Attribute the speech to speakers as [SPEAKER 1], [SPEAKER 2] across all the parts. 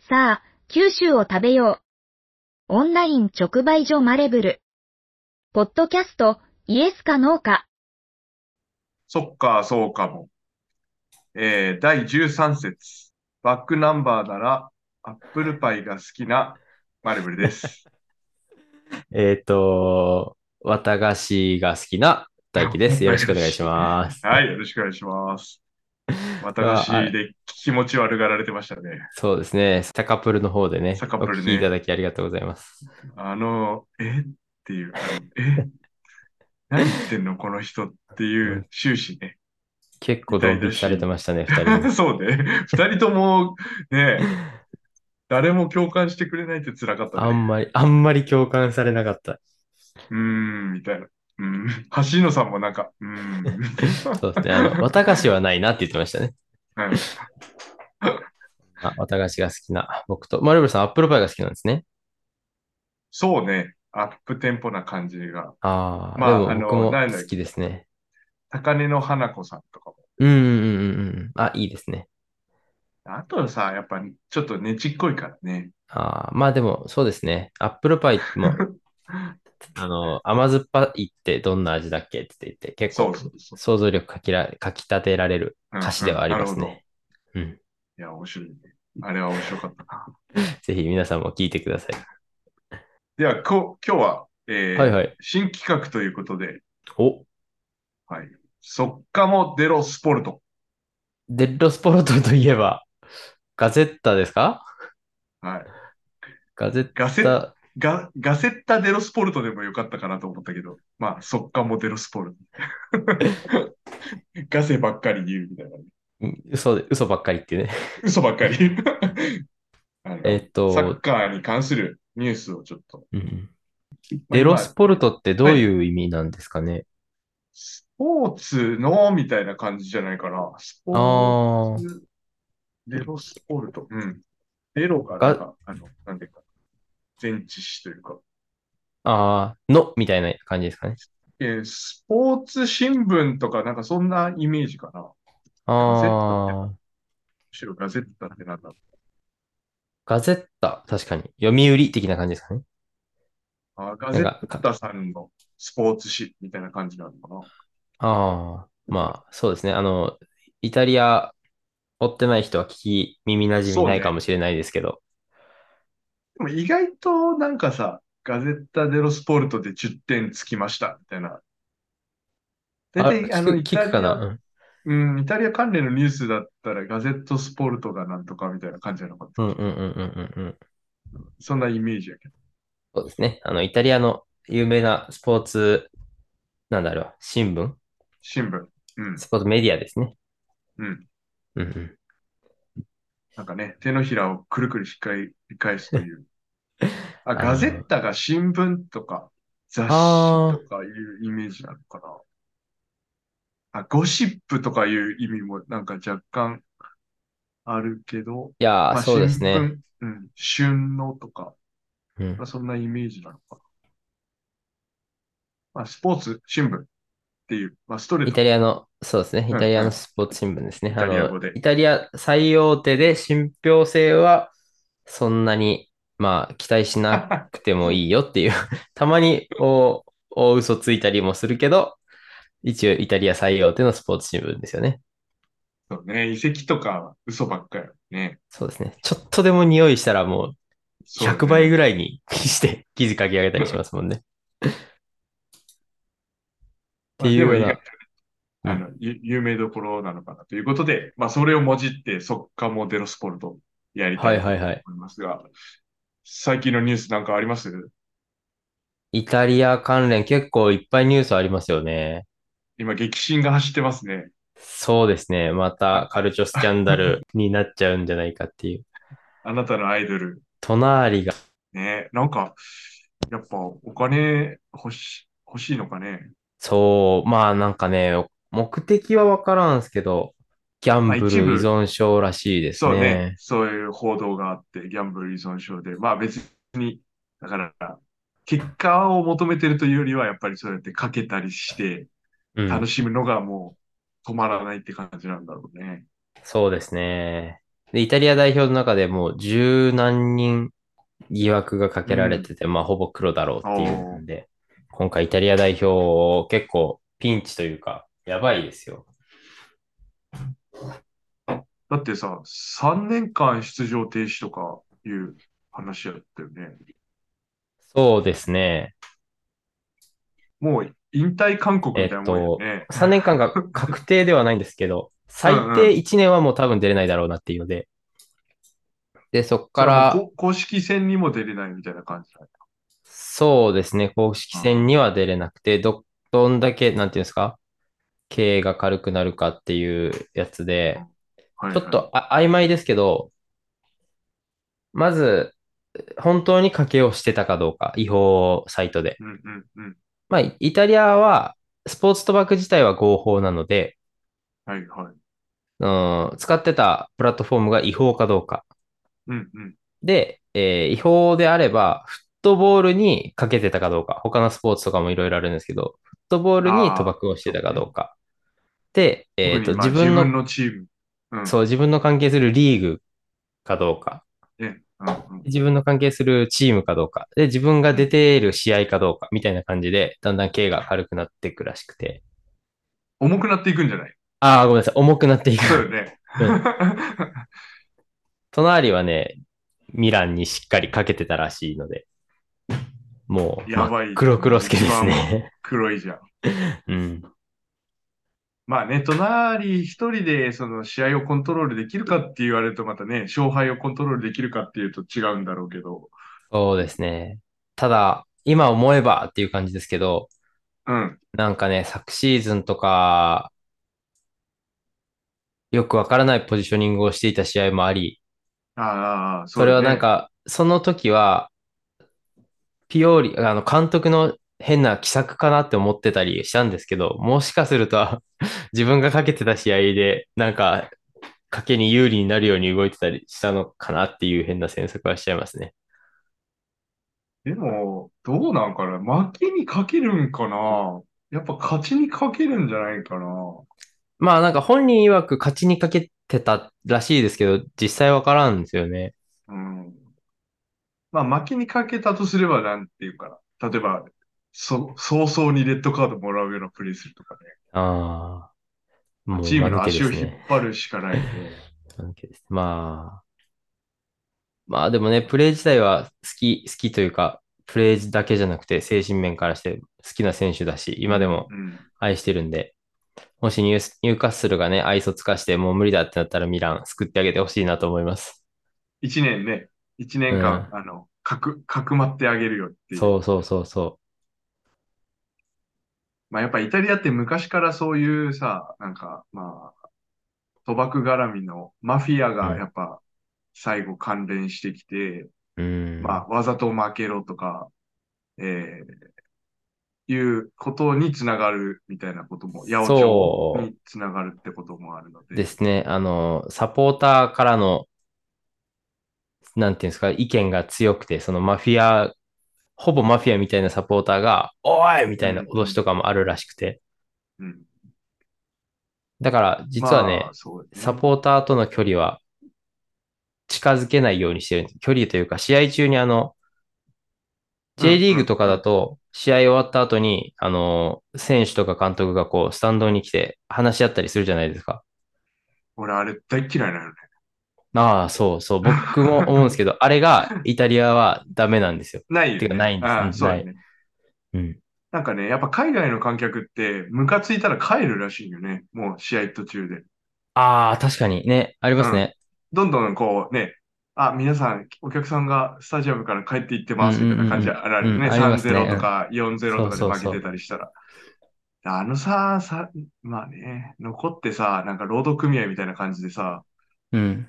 [SPEAKER 1] さあ、九州を食べよう。オンライン直売所マレブル。ポッドキャスト、イエスかノーか。
[SPEAKER 2] そっか、そうかも。えー、第13節。バックナンバーなら、アップルパイが好きなマレブルです。
[SPEAKER 3] えっ、と、綿菓子が好きな 大 輝です。よろしくお願いします。
[SPEAKER 2] はい、よろしくお願いします。私で気持ち悪がられてましたね。
[SPEAKER 3] そうですね。サカプルの方でね、
[SPEAKER 2] サカプルね
[SPEAKER 3] お聞きいただきありがとうございます。
[SPEAKER 2] あの、えっていう、あのえ何言ってんの、この人っていう終始ね。
[SPEAKER 3] 結構ドン引きされてましたね、二人 も
[SPEAKER 2] そうね。二人とも、ね、誰も共感してくれないって辛かった
[SPEAKER 3] あ
[SPEAKER 2] ね。
[SPEAKER 3] んまり、あんまり共感されなかった。
[SPEAKER 2] うーん、みたいな。うーん。 橋野さんもなんか、うーん。
[SPEAKER 3] そうですね。あの、綿菓子はないなって言ってましたね。
[SPEAKER 2] はい
[SPEAKER 3] あ綿菓子が好きな僕と。マルブルさん、アップルパイが好きなんですね。
[SPEAKER 2] そうね。アップテンポな感じが。
[SPEAKER 3] ああ、
[SPEAKER 2] まああの
[SPEAKER 3] でも僕も
[SPEAKER 2] なんだ
[SPEAKER 3] 好きですね。
[SPEAKER 2] 高根の花子さんとかも。
[SPEAKER 3] うんうんうんうんうん。あ、いいですね。
[SPEAKER 2] あとさ、やっぱちょっとねちっこいからね。
[SPEAKER 3] ああ、まあでも、そうですね。アップルパイ も、あの、甘酸っぱいってどんな味だっけって言って、結
[SPEAKER 2] そ
[SPEAKER 3] 構
[SPEAKER 2] うそうそう。
[SPEAKER 3] 想像力かきら、かき立てられる
[SPEAKER 2] うん
[SPEAKER 3] 歌詞ではあります。
[SPEAKER 2] うんなる
[SPEAKER 3] ね。うん。
[SPEAKER 2] ほどいや、面白いね。あれは面白かったな。
[SPEAKER 3] ぜひ皆さんも聞いてくださ
[SPEAKER 2] では、こ今日は、え
[SPEAKER 3] い。
[SPEAKER 2] ー
[SPEAKER 3] はいはい。
[SPEAKER 2] 新企画ということで、
[SPEAKER 3] お、
[SPEAKER 2] はい。ソッカモデロスポルト。
[SPEAKER 3] デッロスポロトといえば、ガゼッタですか
[SPEAKER 2] はい。
[SPEAKER 3] ガゼッ
[SPEAKER 2] ガセ
[SPEAKER 3] タ、
[SPEAKER 2] ガ、ガセッタデロスポルトでもよかったかなと思ったけど、まあ、速乾もデロスポルト。 ガセばっかり言うみたいなね。
[SPEAKER 3] うん嘘で、嘘ばっかりっていうね。
[SPEAKER 2] 嘘ばっかり言う あの
[SPEAKER 3] えっと
[SPEAKER 2] サッカーに関するニュースをちょっと。
[SPEAKER 3] うん
[SPEAKER 2] まあ
[SPEAKER 3] デロス
[SPEAKER 2] 今
[SPEAKER 3] ポルトってどういう意味なんですかね
[SPEAKER 2] スポーツのみたいな感じじゃないかな。スポー
[SPEAKER 3] ああ、
[SPEAKER 2] ツ、デロスポルト。うん。デロがなんか、あの、なんていうか、前置詞というか、
[SPEAKER 3] ああ、の、みたいな感じですかね。
[SPEAKER 2] えースポーツ新聞とか、なんかそんなイメージかな。む
[SPEAKER 3] ああ、
[SPEAKER 2] しろガゼッタってなんだろう
[SPEAKER 3] ガゼッタ、確かに。読売的な感じですかね。
[SPEAKER 2] あ、ガ
[SPEAKER 3] な
[SPEAKER 2] ゼ
[SPEAKER 3] ん
[SPEAKER 2] ッ
[SPEAKER 3] か、か
[SPEAKER 2] タさんのスポーツ誌みたいな感じなのかな。
[SPEAKER 3] ああ、まあ、そうですね。あの、イタリア追ってない人は聞き耳馴染みないかもしれないですけど、
[SPEAKER 2] でも意外となんかさ、ガゼッタ・デロ・スポルトで10点つきましたみたいな。大
[SPEAKER 3] あ、
[SPEAKER 2] 体、あ
[SPEAKER 3] 聞
[SPEAKER 2] の、
[SPEAKER 3] く、
[SPEAKER 2] イ
[SPEAKER 3] 聞
[SPEAKER 2] タ
[SPEAKER 3] くかな
[SPEAKER 2] リ
[SPEAKER 3] うん
[SPEAKER 2] ア、うん、イタリア関連のニュースだったらガゼット・スポルトがなんとかみたいな感じなのか
[SPEAKER 3] う
[SPEAKER 2] な。
[SPEAKER 3] んうんうんうんうんうん。
[SPEAKER 2] そんなイメージやけど。
[SPEAKER 3] そうですね。あの、イタリアの有名なスポーツ、なんだろう、新聞
[SPEAKER 2] 新聞。うん、
[SPEAKER 3] スポーツメディアですね。
[SPEAKER 2] うん。
[SPEAKER 3] うんうん。
[SPEAKER 2] なんかね、手のひらをくるくるひっかり返すと いう。あ、ガゼッタが新聞とか雑誌
[SPEAKER 3] あー
[SPEAKER 2] とかいうイメージなのかな。あ、ゴシップとかいう意味もなんか若干あるけど、
[SPEAKER 3] いやー、
[SPEAKER 2] まあ
[SPEAKER 3] そうです
[SPEAKER 2] 新
[SPEAKER 3] ね。
[SPEAKER 2] 聞、うん、旬のとか、
[SPEAKER 3] うん
[SPEAKER 2] まあ、そんなイメージなのかな。まあ、スポーツ、新聞っていう、まあ、ストレ ー
[SPEAKER 3] イ
[SPEAKER 2] ト
[SPEAKER 3] タリアの、そうですね。
[SPEAKER 2] ん
[SPEAKER 3] イタリアのスポーツ新聞ですね。
[SPEAKER 2] イタリア語
[SPEAKER 3] あの
[SPEAKER 2] で
[SPEAKER 3] イタリア最大手で信憑性はそんなに、まあ、期待しなくてもいいよ っていう。たまに大、大嘘ついたりもするけど、一応イタリア最大手のスポーツ新聞ですよね。
[SPEAKER 2] のね、遺跡とかは嘘ばっかりね。
[SPEAKER 3] そうですね。ちょっとでも匂いしたらもう
[SPEAKER 2] そうだね
[SPEAKER 3] 100倍ぐらいにして記事書き上げたりしますもんね。っていうような
[SPEAKER 2] まあでも意外とあの、ゆ有名どころなのかなということで、まあ、それをもじって、速乾モデロスポルトやりたいと
[SPEAKER 3] はいはいはい
[SPEAKER 2] 思いますが、最近のニュースなんかあります
[SPEAKER 3] イタリア関連結構いっぱいニュースありますよね。
[SPEAKER 2] 今、激震が走ってますね。
[SPEAKER 3] そうですね。またカルチョスキャンダル になっちゃうんじゃないかっていう。
[SPEAKER 2] あなたのアイドル。
[SPEAKER 3] 隣が、
[SPEAKER 2] ね、なんか、やっぱお金欲し欲しいのかね。
[SPEAKER 3] そう、まあなんかね、目的はわからんすけど、ギャンブル依
[SPEAKER 2] 一部
[SPEAKER 3] 存症らしいです
[SPEAKER 2] そうね
[SPEAKER 3] ね。。
[SPEAKER 2] そういう報道があって、ギャンブル依存症で。まあ別に、だから、結果を求めてるというよりは、やっぱりそうやってかけたりして、
[SPEAKER 3] うん
[SPEAKER 2] 楽しむのがもう止まらないって感じなんだろうね。
[SPEAKER 3] そうですね。で、イタリア代表の中でもう十何人疑惑がかけられてて、まあほぼ黒だろうっていうんで、今回イタリア代表を結構ピンチというか、やばいですよ。
[SPEAKER 2] だってさ、3年間出場停止とかいう話やったよね。
[SPEAKER 3] そうですね。
[SPEAKER 2] もう引退勧告みたいなもんよね。
[SPEAKER 3] 3年間が確定ではないんですけど、最低1年はもう多分出れないだろうなっていうので、で、そこから、
[SPEAKER 2] そのこ公式戦にも出れないみたいな感じだね
[SPEAKER 3] そうですね、公式戦には出れなくて、ど、どんだけ、なんていうんですか、経営が軽くなるかっていうやつで、
[SPEAKER 2] はい
[SPEAKER 3] ちょっとあ曖昧ですけど、まず、本当に賭けをしてたかどうか、違法サイトで。
[SPEAKER 2] うんうんうん。
[SPEAKER 3] まあ、イイタリアは、スポーツ賭博自体は合法なので、
[SPEAKER 2] はいはい。
[SPEAKER 3] うん、使ってたプラットフォームが違法かどうか。
[SPEAKER 2] うんうん。
[SPEAKER 3] で、えー違法であれば、フットボールにかけてたかどうか、他のスポーツとかもいろいろあるんですけど、フットボールに賭博をしてたかどうか。で、えっ、と、
[SPEAKER 2] 特に
[SPEAKER 3] 自
[SPEAKER 2] まあ
[SPEAKER 3] 分の、
[SPEAKER 2] チーム。うん、
[SPEAKER 3] そう、自分の関係するリーグかどうか、
[SPEAKER 2] ねうんうん
[SPEAKER 3] 自分の関係するチームかどうか、で、自分が出ている試合かどうか、みたいな感じで、だんだん刑が軽くなっていくらしくて。
[SPEAKER 2] 重くなっていくんじゃない
[SPEAKER 3] ああ、ごめんなさい、重くなってい
[SPEAKER 2] そうよ
[SPEAKER 3] く。
[SPEAKER 2] ね。
[SPEAKER 3] 隣はね、ミランにしっかりかけてたらしいので、もう、
[SPEAKER 2] やばい
[SPEAKER 3] 真っ黒黒助ですね。
[SPEAKER 2] 黒いじゃん。
[SPEAKER 3] うん。
[SPEAKER 2] まあね、隣一人でその試合をコントロールできるかって言われるとまたね、勝敗をコントロールできるかっていうと違うんだろうけど。
[SPEAKER 3] そうですね。ただ、今思えばっていう感じですけど、
[SPEAKER 2] うん。
[SPEAKER 3] なんかね、昨シーズンとか、よくわからないポジショニングをしていた試合もあり、
[SPEAKER 2] ああ、そ
[SPEAKER 3] そうれ
[SPEAKER 2] だ
[SPEAKER 3] は
[SPEAKER 2] ね
[SPEAKER 3] なん、か、その時は、ピオーリ、あの、監督の変な奇策かなって思ってたりしたんですけど、もしかすると、 自分がかけてた試合で、なんか、賭けに有利になるように動いてたりしたのかなっていう変な詮索はしちゃいますね。
[SPEAKER 2] でも、どうなんかな負けにかけるんかなやっぱ勝ちにかけるんじゃないかな
[SPEAKER 3] まあなんか本人曰く勝ちにかけてたらしいですけど、実際わからんですよね。
[SPEAKER 2] うん。まあ、負けにかけたとすれば、なんていうかな。例えば、そ、早々にレッドカードもらうようなプレーするとかね。
[SPEAKER 3] ああ。もう
[SPEAKER 2] チームの
[SPEAKER 3] 間抜け
[SPEAKER 2] 足
[SPEAKER 3] で
[SPEAKER 2] を
[SPEAKER 3] す
[SPEAKER 2] 引っ
[SPEAKER 3] ね。
[SPEAKER 2] 張るしかないね。
[SPEAKER 3] 間抜けです。まあ。まあでもね、プレー自体は好き、好きというか、プレーだけじゃなくて精神面からして好きな選手だし、今でも
[SPEAKER 2] うん。
[SPEAKER 3] 愛してるんで、もしニュースニューカッスルがね、愛想つかしてもう無理だってなったらミラン救ってあげてほしいなと思います。
[SPEAKER 2] 一年ね、一年間、あの、かく、かくまってあげるよっていう。
[SPEAKER 3] そうそうそうそ
[SPEAKER 2] まあ、やっぱイタリアって昔からそういうさ、なんか、まあ、賭博絡みのマフィアがやっぱ最後関連してきて、
[SPEAKER 3] う。うん。
[SPEAKER 2] まあ、わざと負けろとか、えー、いうことにつながるみたいなことも、八百
[SPEAKER 3] そう
[SPEAKER 2] 長につながるってこともあるので、
[SPEAKER 3] ですね。あの、サポーターからの、なんていうんですか、意見が強くて、そのマフィア、ほぼマフィアみたいなサポーターが、おいみたいな脅しとかもあるらしくて。
[SPEAKER 2] うん。
[SPEAKER 3] だから、実は
[SPEAKER 2] ま
[SPEAKER 3] ね
[SPEAKER 2] あ、、そうです
[SPEAKER 3] サポーターとの距離は近づけないようにしてるんです。距離というか、試合中にあの、J リーグとかだと、試合終わった後に、あの、選手とか監督がこう、スタンドに来て話し合ったりするじゃないですか。
[SPEAKER 2] 俺、あれ大嫌いなのね。
[SPEAKER 3] ああ、そうそう。僕も思うんですけ ど、あれがイタリアはダメなんですよ。
[SPEAKER 2] ないよ
[SPEAKER 3] てか
[SPEAKER 2] ね。
[SPEAKER 3] ないんです
[SPEAKER 2] ああ
[SPEAKER 3] うん
[SPEAKER 2] そうだ
[SPEAKER 3] ない
[SPEAKER 2] ね。
[SPEAKER 3] うん。
[SPEAKER 2] なんかね、やっぱ海外の観客って、ムカついたら帰るらしいよね。もう試合途中で。
[SPEAKER 3] ああ、確かにね。ありますね。
[SPEAKER 2] どんどんこうね、あ、皆さん、お客さんがスタジアムから帰っていってますみたいな感じ
[SPEAKER 3] うんうん
[SPEAKER 2] あるよね。
[SPEAKER 3] うんありますね
[SPEAKER 2] 3-0とか4-0とかで
[SPEAKER 3] そうそう
[SPEAKER 2] 負
[SPEAKER 3] そう
[SPEAKER 2] けてたりしたら。あのさ、さ、まあね、残ってさ、なんか労働組合みたいな感じでさ、
[SPEAKER 3] うん。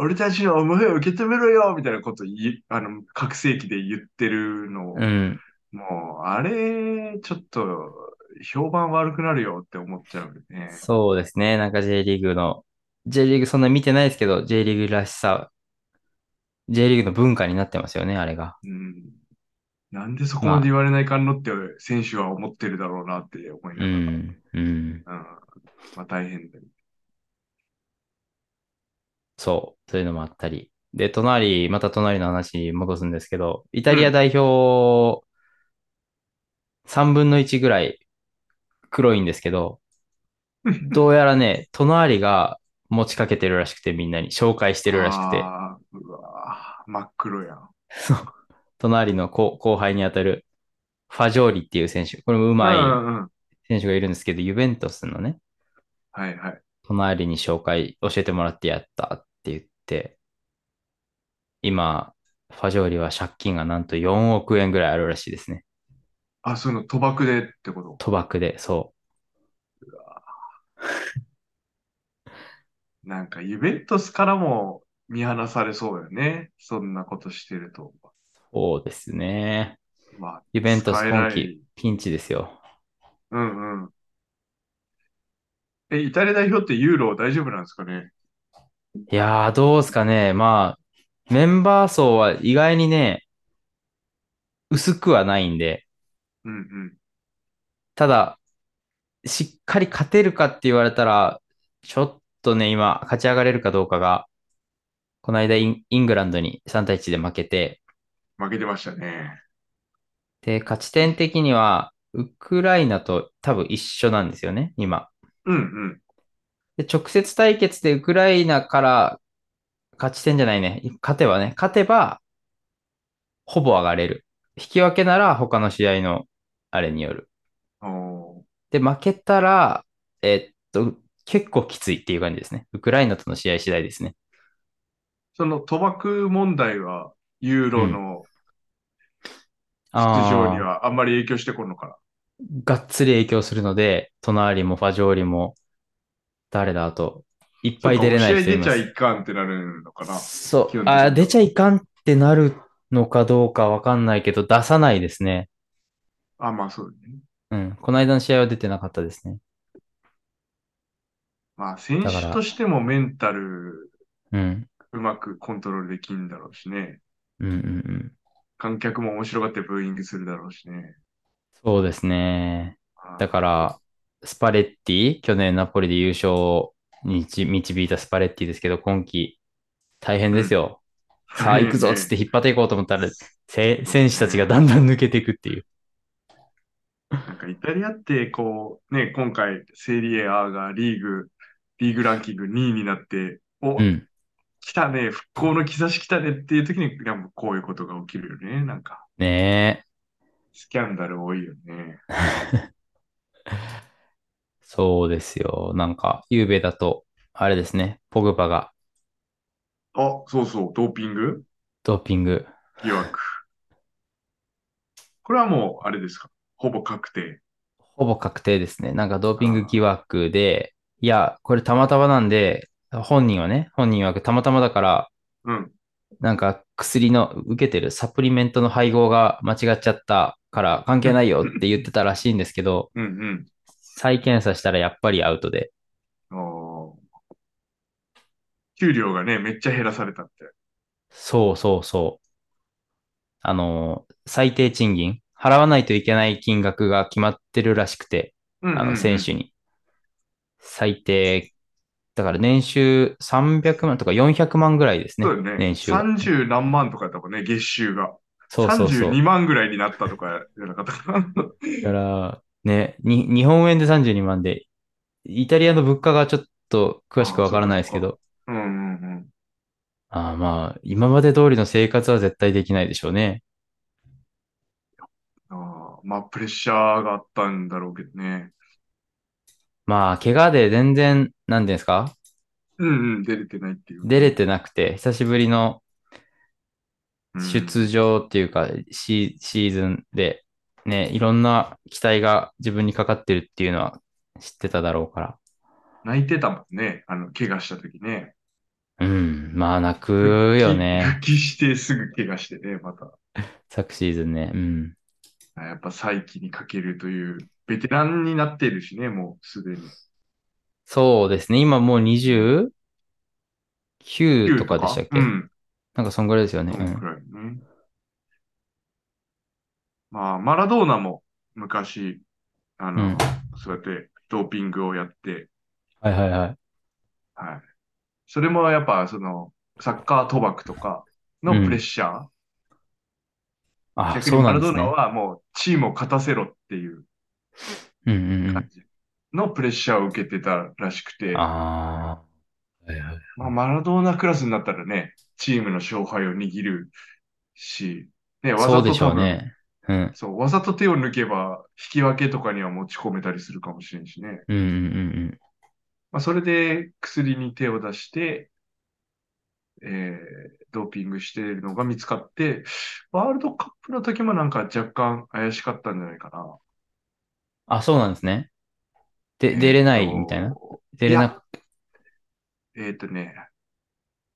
[SPEAKER 2] 俺たちの思いを受け止めろよみたいなことい、あの、拡声器で言ってるのを、
[SPEAKER 3] うん。
[SPEAKER 2] もう、あれ、ちょっと、評判悪くなるよって思っちゃうよね。
[SPEAKER 3] そうですね。なんか J リーグの、J リーグそんな見てないですけど、J リーグらしさ、J リーグの文化になってますよね、あれが。
[SPEAKER 2] うん。なんでそこまで言われないかんのって、選手は思ってるだろうなって思いながら。
[SPEAKER 3] うん。うん。
[SPEAKER 2] うんまあ大変だよ。
[SPEAKER 3] そう、そういうのもあったり。で、隣、また隣の話に戻すんですけど、イタリア代表、3分の1ぐらい黒いんですけど、どうやらね、隣が持ちかけてるらしくて、みんなに紹介してるらしくて、
[SPEAKER 2] あーうわー真っ黒やん。
[SPEAKER 3] そう隣の後後輩に当たるファジョーリっていう選手、これもうまい
[SPEAKER 2] うんうんうん。
[SPEAKER 3] 選手がいるんですけど、ユベントスのね、
[SPEAKER 2] はいはい。
[SPEAKER 3] 隣に紹介、教えてもらってやったって言って、今、ファジョーリは借金がなんと4億円ぐらいあるらしいですね。
[SPEAKER 2] あ、そういうの賭博でってこと
[SPEAKER 3] 賭博で、そ
[SPEAKER 2] なんかユベントスからも見放されそうよね。そんなことしてると。
[SPEAKER 3] う。そうですね。
[SPEAKER 2] まあ、
[SPEAKER 3] ユベントス
[SPEAKER 2] 使え
[SPEAKER 3] 今
[SPEAKER 2] ない
[SPEAKER 3] 季ピンチですよ。
[SPEAKER 2] うんうん。え、イタリア代表ってユーロ大丈夫なんですかね
[SPEAKER 3] いやー、どうすかね。まあ、メンバー層は意外にね、薄くはないんで、
[SPEAKER 2] うんうん。
[SPEAKER 3] ただ、しっかり勝てるかって言われたら、ちょっとね、今、勝ち上がれるかどうかが、この間イン、イングランドに3対1で負けて、
[SPEAKER 2] 負けてましたね。
[SPEAKER 3] で、勝ち点的には、ウクライナと多分一緒なんですよね、今。
[SPEAKER 2] うんうん。
[SPEAKER 3] で、直接対決でウクライナから勝ち点じゃないね、勝てばね、勝てば、ほぼ上がれる。引き分けなら他の試合のあれによる。
[SPEAKER 2] おー
[SPEAKER 3] で、負けたら、えっと、結構きついっていう感じですね。ウクライナとの試合次第ですね。
[SPEAKER 2] その賭博問題はユーロの出
[SPEAKER 3] あー
[SPEAKER 2] 場にはあんまり影響してこんのか
[SPEAKER 3] がっつり影響するので、隣もファジョーリも、誰だ、あと、いっ
[SPEAKER 2] な。
[SPEAKER 3] ぱい出れな
[SPEAKER 2] そ
[SPEAKER 3] い
[SPEAKER 2] うか
[SPEAKER 3] 人
[SPEAKER 2] 試
[SPEAKER 3] い
[SPEAKER 2] 合出
[SPEAKER 3] ま
[SPEAKER 2] ちゃ
[SPEAKER 3] す。
[SPEAKER 2] いかんってなるのかな。
[SPEAKER 3] そ
[SPEAKER 2] 基本的。
[SPEAKER 3] う
[SPEAKER 2] に
[SPEAKER 3] あー、出ちゃいかんってなるのかどうかわかんないけど、出さないですね。
[SPEAKER 2] あ、まあそうだね。
[SPEAKER 3] うん。この間の試合は出てなかったですね。
[SPEAKER 2] まあ選
[SPEAKER 3] だか
[SPEAKER 2] 手
[SPEAKER 3] ら
[SPEAKER 2] としてもメンタル
[SPEAKER 3] うん。
[SPEAKER 2] うまくコントロールできんだろうしね。
[SPEAKER 3] うんうんうん。
[SPEAKER 2] 観客も面白がってブーイングするだろうしね。
[SPEAKER 3] そうですね。
[SPEAKER 2] あー
[SPEAKER 3] だから、スパレッティ、去年ナポリで優勝にち導いたスパレッティですけど、今季大変ですよ。さあ行くぞっつって引っ張っていこうと思ったら、せ選手たちがだんだん抜けていくっていう。
[SPEAKER 2] なんかイタリアって、こう、ね、今回、セリエ A がリーグ、リーグランキング2位になって、お、
[SPEAKER 3] うん。
[SPEAKER 2] 来たね、復興の兆し来たねっていう時に、やっぱこういうことが起きるよね。なんか、
[SPEAKER 3] ねえ。
[SPEAKER 2] スキャンダル多いよね。
[SPEAKER 3] そうですよ。なんか、ゆうべだと、あれですね、ポグバが
[SPEAKER 2] あ、そうそう、ドーピング
[SPEAKER 3] ドーピング。
[SPEAKER 2] 疑惑。これはもう、あれですか。ほぼ確定。
[SPEAKER 3] ほぼ確定ですね。なんかドーピング疑惑で、いや、これたまたまなんで、本人はね、本人はたまたまだから、
[SPEAKER 2] うん。
[SPEAKER 3] なんか薬の受けてるサプリメントの配合が間違っちゃったから関係ないよって言ってたらしいんですけ ど、
[SPEAKER 2] うん
[SPEAKER 3] 再検査したらやっぱりアウトで。
[SPEAKER 2] うん。おー給料がね、めっちゃ減らされたって。
[SPEAKER 3] そうそうそう。あのー、最低賃金、払わないといけない金額が決まってるらしくて、
[SPEAKER 2] うんうんうん
[SPEAKER 3] あの、選手に。最低、だから年収300万とか400万ぐらいですね。
[SPEAKER 2] そうだよね。
[SPEAKER 3] 年収。
[SPEAKER 2] 30何万とかだったもんね、月収が。
[SPEAKER 3] そうそうそう。
[SPEAKER 2] 32万ぐらいになったとかじゃなかったかな。
[SPEAKER 3] だから、ね、に、日本円で32万で、イタリアの物価がちょっと詳しくわからないですけど、
[SPEAKER 2] うんうんうん。
[SPEAKER 3] ああまあ、今まで通りの生活は絶対できないでしょうね。
[SPEAKER 2] ああまあ、プレッシャーがあったんだろうけどね。
[SPEAKER 3] まあ、怪我で全然、なんていうんですか
[SPEAKER 2] うんうん、出れてないっていう。
[SPEAKER 3] 出れてなくて、久しぶりの
[SPEAKER 2] うん
[SPEAKER 3] 出場っていうか、シー、シーズンで、ね、いろんな期待が自分にかかってるっていうのは知ってただろうから。
[SPEAKER 2] 泣いてたもんね。あの、怪我した時ね。
[SPEAKER 3] うん、まあ、泣くよね。
[SPEAKER 2] 復帰してすぐ怪我してね、また。
[SPEAKER 3] 昨シーズンね。うん。
[SPEAKER 2] あやっぱ再起にかけるという、ベテランになってるしね、もうすでに。
[SPEAKER 3] そうですね。今もう29とかでしたっけ、
[SPEAKER 2] うん。
[SPEAKER 3] なんかそんぐらいですよね。
[SPEAKER 2] そ
[SPEAKER 3] うん
[SPEAKER 2] く
[SPEAKER 3] ん、
[SPEAKER 2] らいね。まあ、マラドーナも昔、あの、
[SPEAKER 3] うん
[SPEAKER 2] そうやってドーピングをやって、
[SPEAKER 3] はいはいはい。
[SPEAKER 2] はい。それもやっぱその、サッカー賭博とかのプレッシャー。
[SPEAKER 3] あ、
[SPEAKER 2] 逆
[SPEAKER 3] そ
[SPEAKER 2] に
[SPEAKER 3] う
[SPEAKER 2] マ
[SPEAKER 3] な
[SPEAKER 2] ラ
[SPEAKER 3] んで
[SPEAKER 2] ド
[SPEAKER 3] す
[SPEAKER 2] ーナ
[SPEAKER 3] ね。
[SPEAKER 2] はもうチームを勝たせろっていう
[SPEAKER 3] うんうんうん
[SPEAKER 2] 感。じのプレッシャーを受けてたらしくて、
[SPEAKER 3] ああ。はいはい。
[SPEAKER 2] まあ、マラドーナクラスになったらね、チームの勝敗を握るし、ね、わ
[SPEAKER 3] そ
[SPEAKER 2] ざ
[SPEAKER 3] うで
[SPEAKER 2] と
[SPEAKER 3] しょ
[SPEAKER 2] 多
[SPEAKER 3] う
[SPEAKER 2] 分、
[SPEAKER 3] ね。うん。
[SPEAKER 2] そう、わざと手を抜けば引き分けとかには持ち込めたりするかもしれんしね。
[SPEAKER 3] うんうんうん
[SPEAKER 2] まあ、それで薬に手を出して、えー、ドーピングしてるのが見つかって、ワールドカップの時もなんか若干怪しかったんじゃないかな。
[SPEAKER 3] あ、そうなんですね。で、出れないみたい
[SPEAKER 2] え
[SPEAKER 3] な
[SPEAKER 2] ー。と
[SPEAKER 3] 出れなく、
[SPEAKER 2] えっ、とね、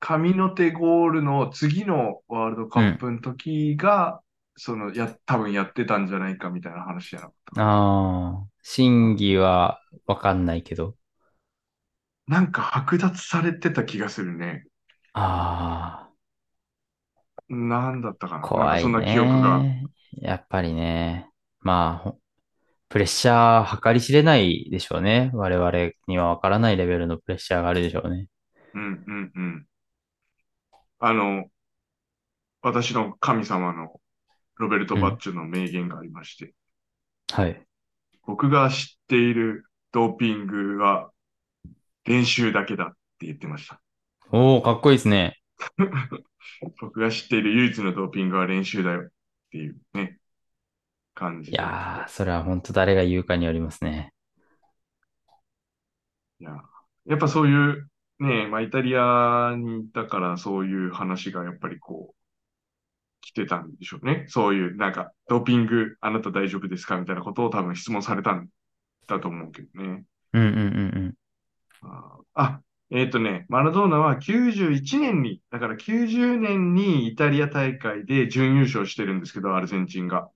[SPEAKER 2] 神の手ゴールの次のワールドカップの時が、その、や、多分やってたんじゃないかみたいな話じゃなかった。
[SPEAKER 3] ああ。真偽はわかんないけど。
[SPEAKER 2] なんか剥奪されてた気がするね。
[SPEAKER 3] あ
[SPEAKER 2] なんだったかな。
[SPEAKER 3] あ。怖い
[SPEAKER 2] なんかそんな記憶が。
[SPEAKER 3] ね。やっぱりね。まあ、ほプレッシャー計り知れないでしょうね。我々にはわからないレベルのプレッシャーがあるでしょうね。
[SPEAKER 2] うんうんうん。あの、私の神様のロベルト・バッチョの名言がありまして、
[SPEAKER 3] はい。
[SPEAKER 2] 僕が知っているドーピングは練習だけだって言ってました。
[SPEAKER 3] おお、かっこいいですね。
[SPEAKER 2] 僕が知っている唯一のドーピングは練習だよっていうね、感じ
[SPEAKER 3] い
[SPEAKER 2] で。
[SPEAKER 3] やー、それは本当誰が言うかによりますね。
[SPEAKER 2] いややっぱそういう、ね、まあ、イタリアにいたからそういう話がやっぱりこう、来てたんでしょうね。そういう、なんか、ドーピング、あなた大丈夫ですかみたいなことを多分質問されたんだと思うけどね。
[SPEAKER 3] うんうんうん
[SPEAKER 2] あー、あえっとね、マラドーナは91年に、だから90年にイタリア大会で準優勝してるんですけど、アルゼンチンが、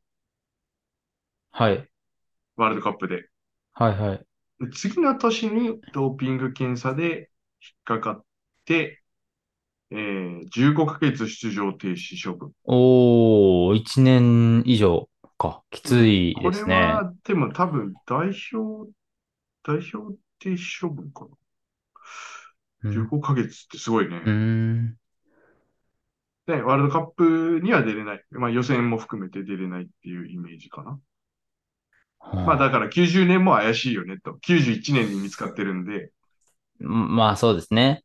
[SPEAKER 3] はい。
[SPEAKER 2] ワールドカップで。
[SPEAKER 3] はいはい。
[SPEAKER 2] で次の年にドーピング検査で引っかかって、えー、15ヶ月出場停止処分。
[SPEAKER 3] おー、1年以上か。きつい
[SPEAKER 2] こ
[SPEAKER 3] で
[SPEAKER 2] れ
[SPEAKER 3] すね。
[SPEAKER 2] は、でも多分代表、代表停止処分か
[SPEAKER 3] う
[SPEAKER 2] な。
[SPEAKER 3] ん
[SPEAKER 2] 15ヶ月ってすごいね。
[SPEAKER 3] うーん。
[SPEAKER 2] で、ワールドカップには出れない。まあ予選も含めて出れないっていうイメージかな。まあだから90年も怪しいよねと。91年に見つかってるんで、
[SPEAKER 3] うんまあそうですね。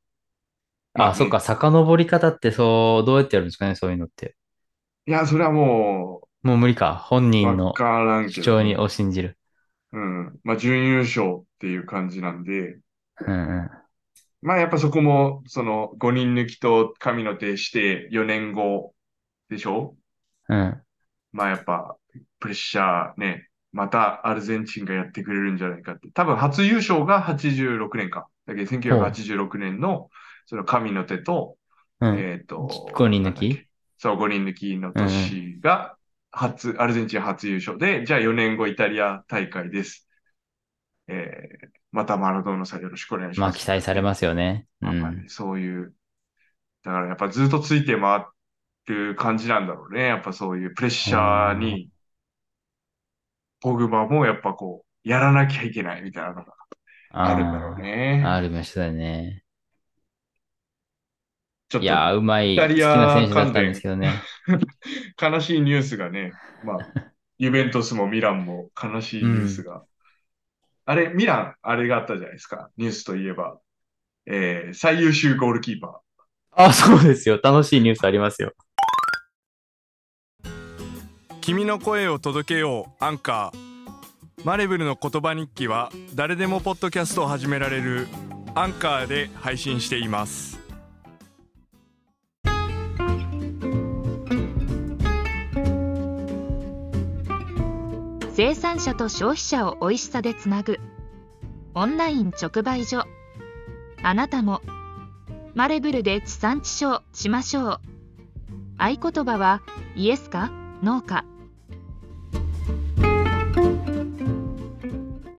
[SPEAKER 2] まあ
[SPEAKER 3] あ、
[SPEAKER 2] ね
[SPEAKER 3] そっか、遡り方ってそう、どうやってやるんですかね、そういうのって。
[SPEAKER 2] いや、それはも
[SPEAKER 3] もう無理か。本
[SPEAKER 2] う、
[SPEAKER 3] 人
[SPEAKER 2] わ
[SPEAKER 3] の
[SPEAKER 2] からんけ
[SPEAKER 3] 主
[SPEAKER 2] どね
[SPEAKER 3] 張にを信じる。
[SPEAKER 2] うん。まあ準優勝っていう感じなんで、
[SPEAKER 3] うんうん。
[SPEAKER 2] まあやっぱそこも、その5人抜きと神の手して4年後でしょ
[SPEAKER 3] うん。
[SPEAKER 2] まあやっぱプレッシャーね、またアルゼンチンがやってくれるんじゃないかって。多分初優勝が86年か。だけど1986年のその神の手と、
[SPEAKER 3] うん。
[SPEAKER 2] えっと、
[SPEAKER 3] 5人
[SPEAKER 2] な
[SPEAKER 3] 抜き
[SPEAKER 2] んだっけそう、5人抜きの年が初、アルゼンチン初優勝で、じゃあ4年後イタリア大会です。えー、またマラドーナさんよろしくお願いし
[SPEAKER 3] まあ
[SPEAKER 2] ます。
[SPEAKER 3] 期待されますよね。う
[SPEAKER 2] やっぱり
[SPEAKER 3] ん。
[SPEAKER 2] そういう、だからやっぱずっとついて回る感じなんだろうね。やっぱそういうプレッシャーに、ポグバもやっぱこう、やらなきゃいけないみたいなのがあるんだろうね
[SPEAKER 3] あ。ー。ありましたね。
[SPEAKER 2] ちょっ
[SPEAKER 3] いやー、うまい、
[SPEAKER 2] イ
[SPEAKER 3] 好
[SPEAKER 2] タ
[SPEAKER 3] き
[SPEAKER 2] リア
[SPEAKER 3] な選手だったんですけどね。
[SPEAKER 2] と悲しいニュースがね、まあ、ユベントスもミランも悲しいニュースが。あれ、ミラン、あれがあったじゃないですか。ニュースといえば。えー、最優秀ゴールキーパー。
[SPEAKER 3] あ、そうですよ。楽しいニュースありますよ。
[SPEAKER 4] 君の声を届けようアンカーマレブルの言葉日記は誰でもポッドキャストを始められるアンカーで配信しています
[SPEAKER 1] 生産者と消費者を美味しさでつなぐオンライン直売所あなたもマレブルで地産地消しましょう合言葉はイエスかノーか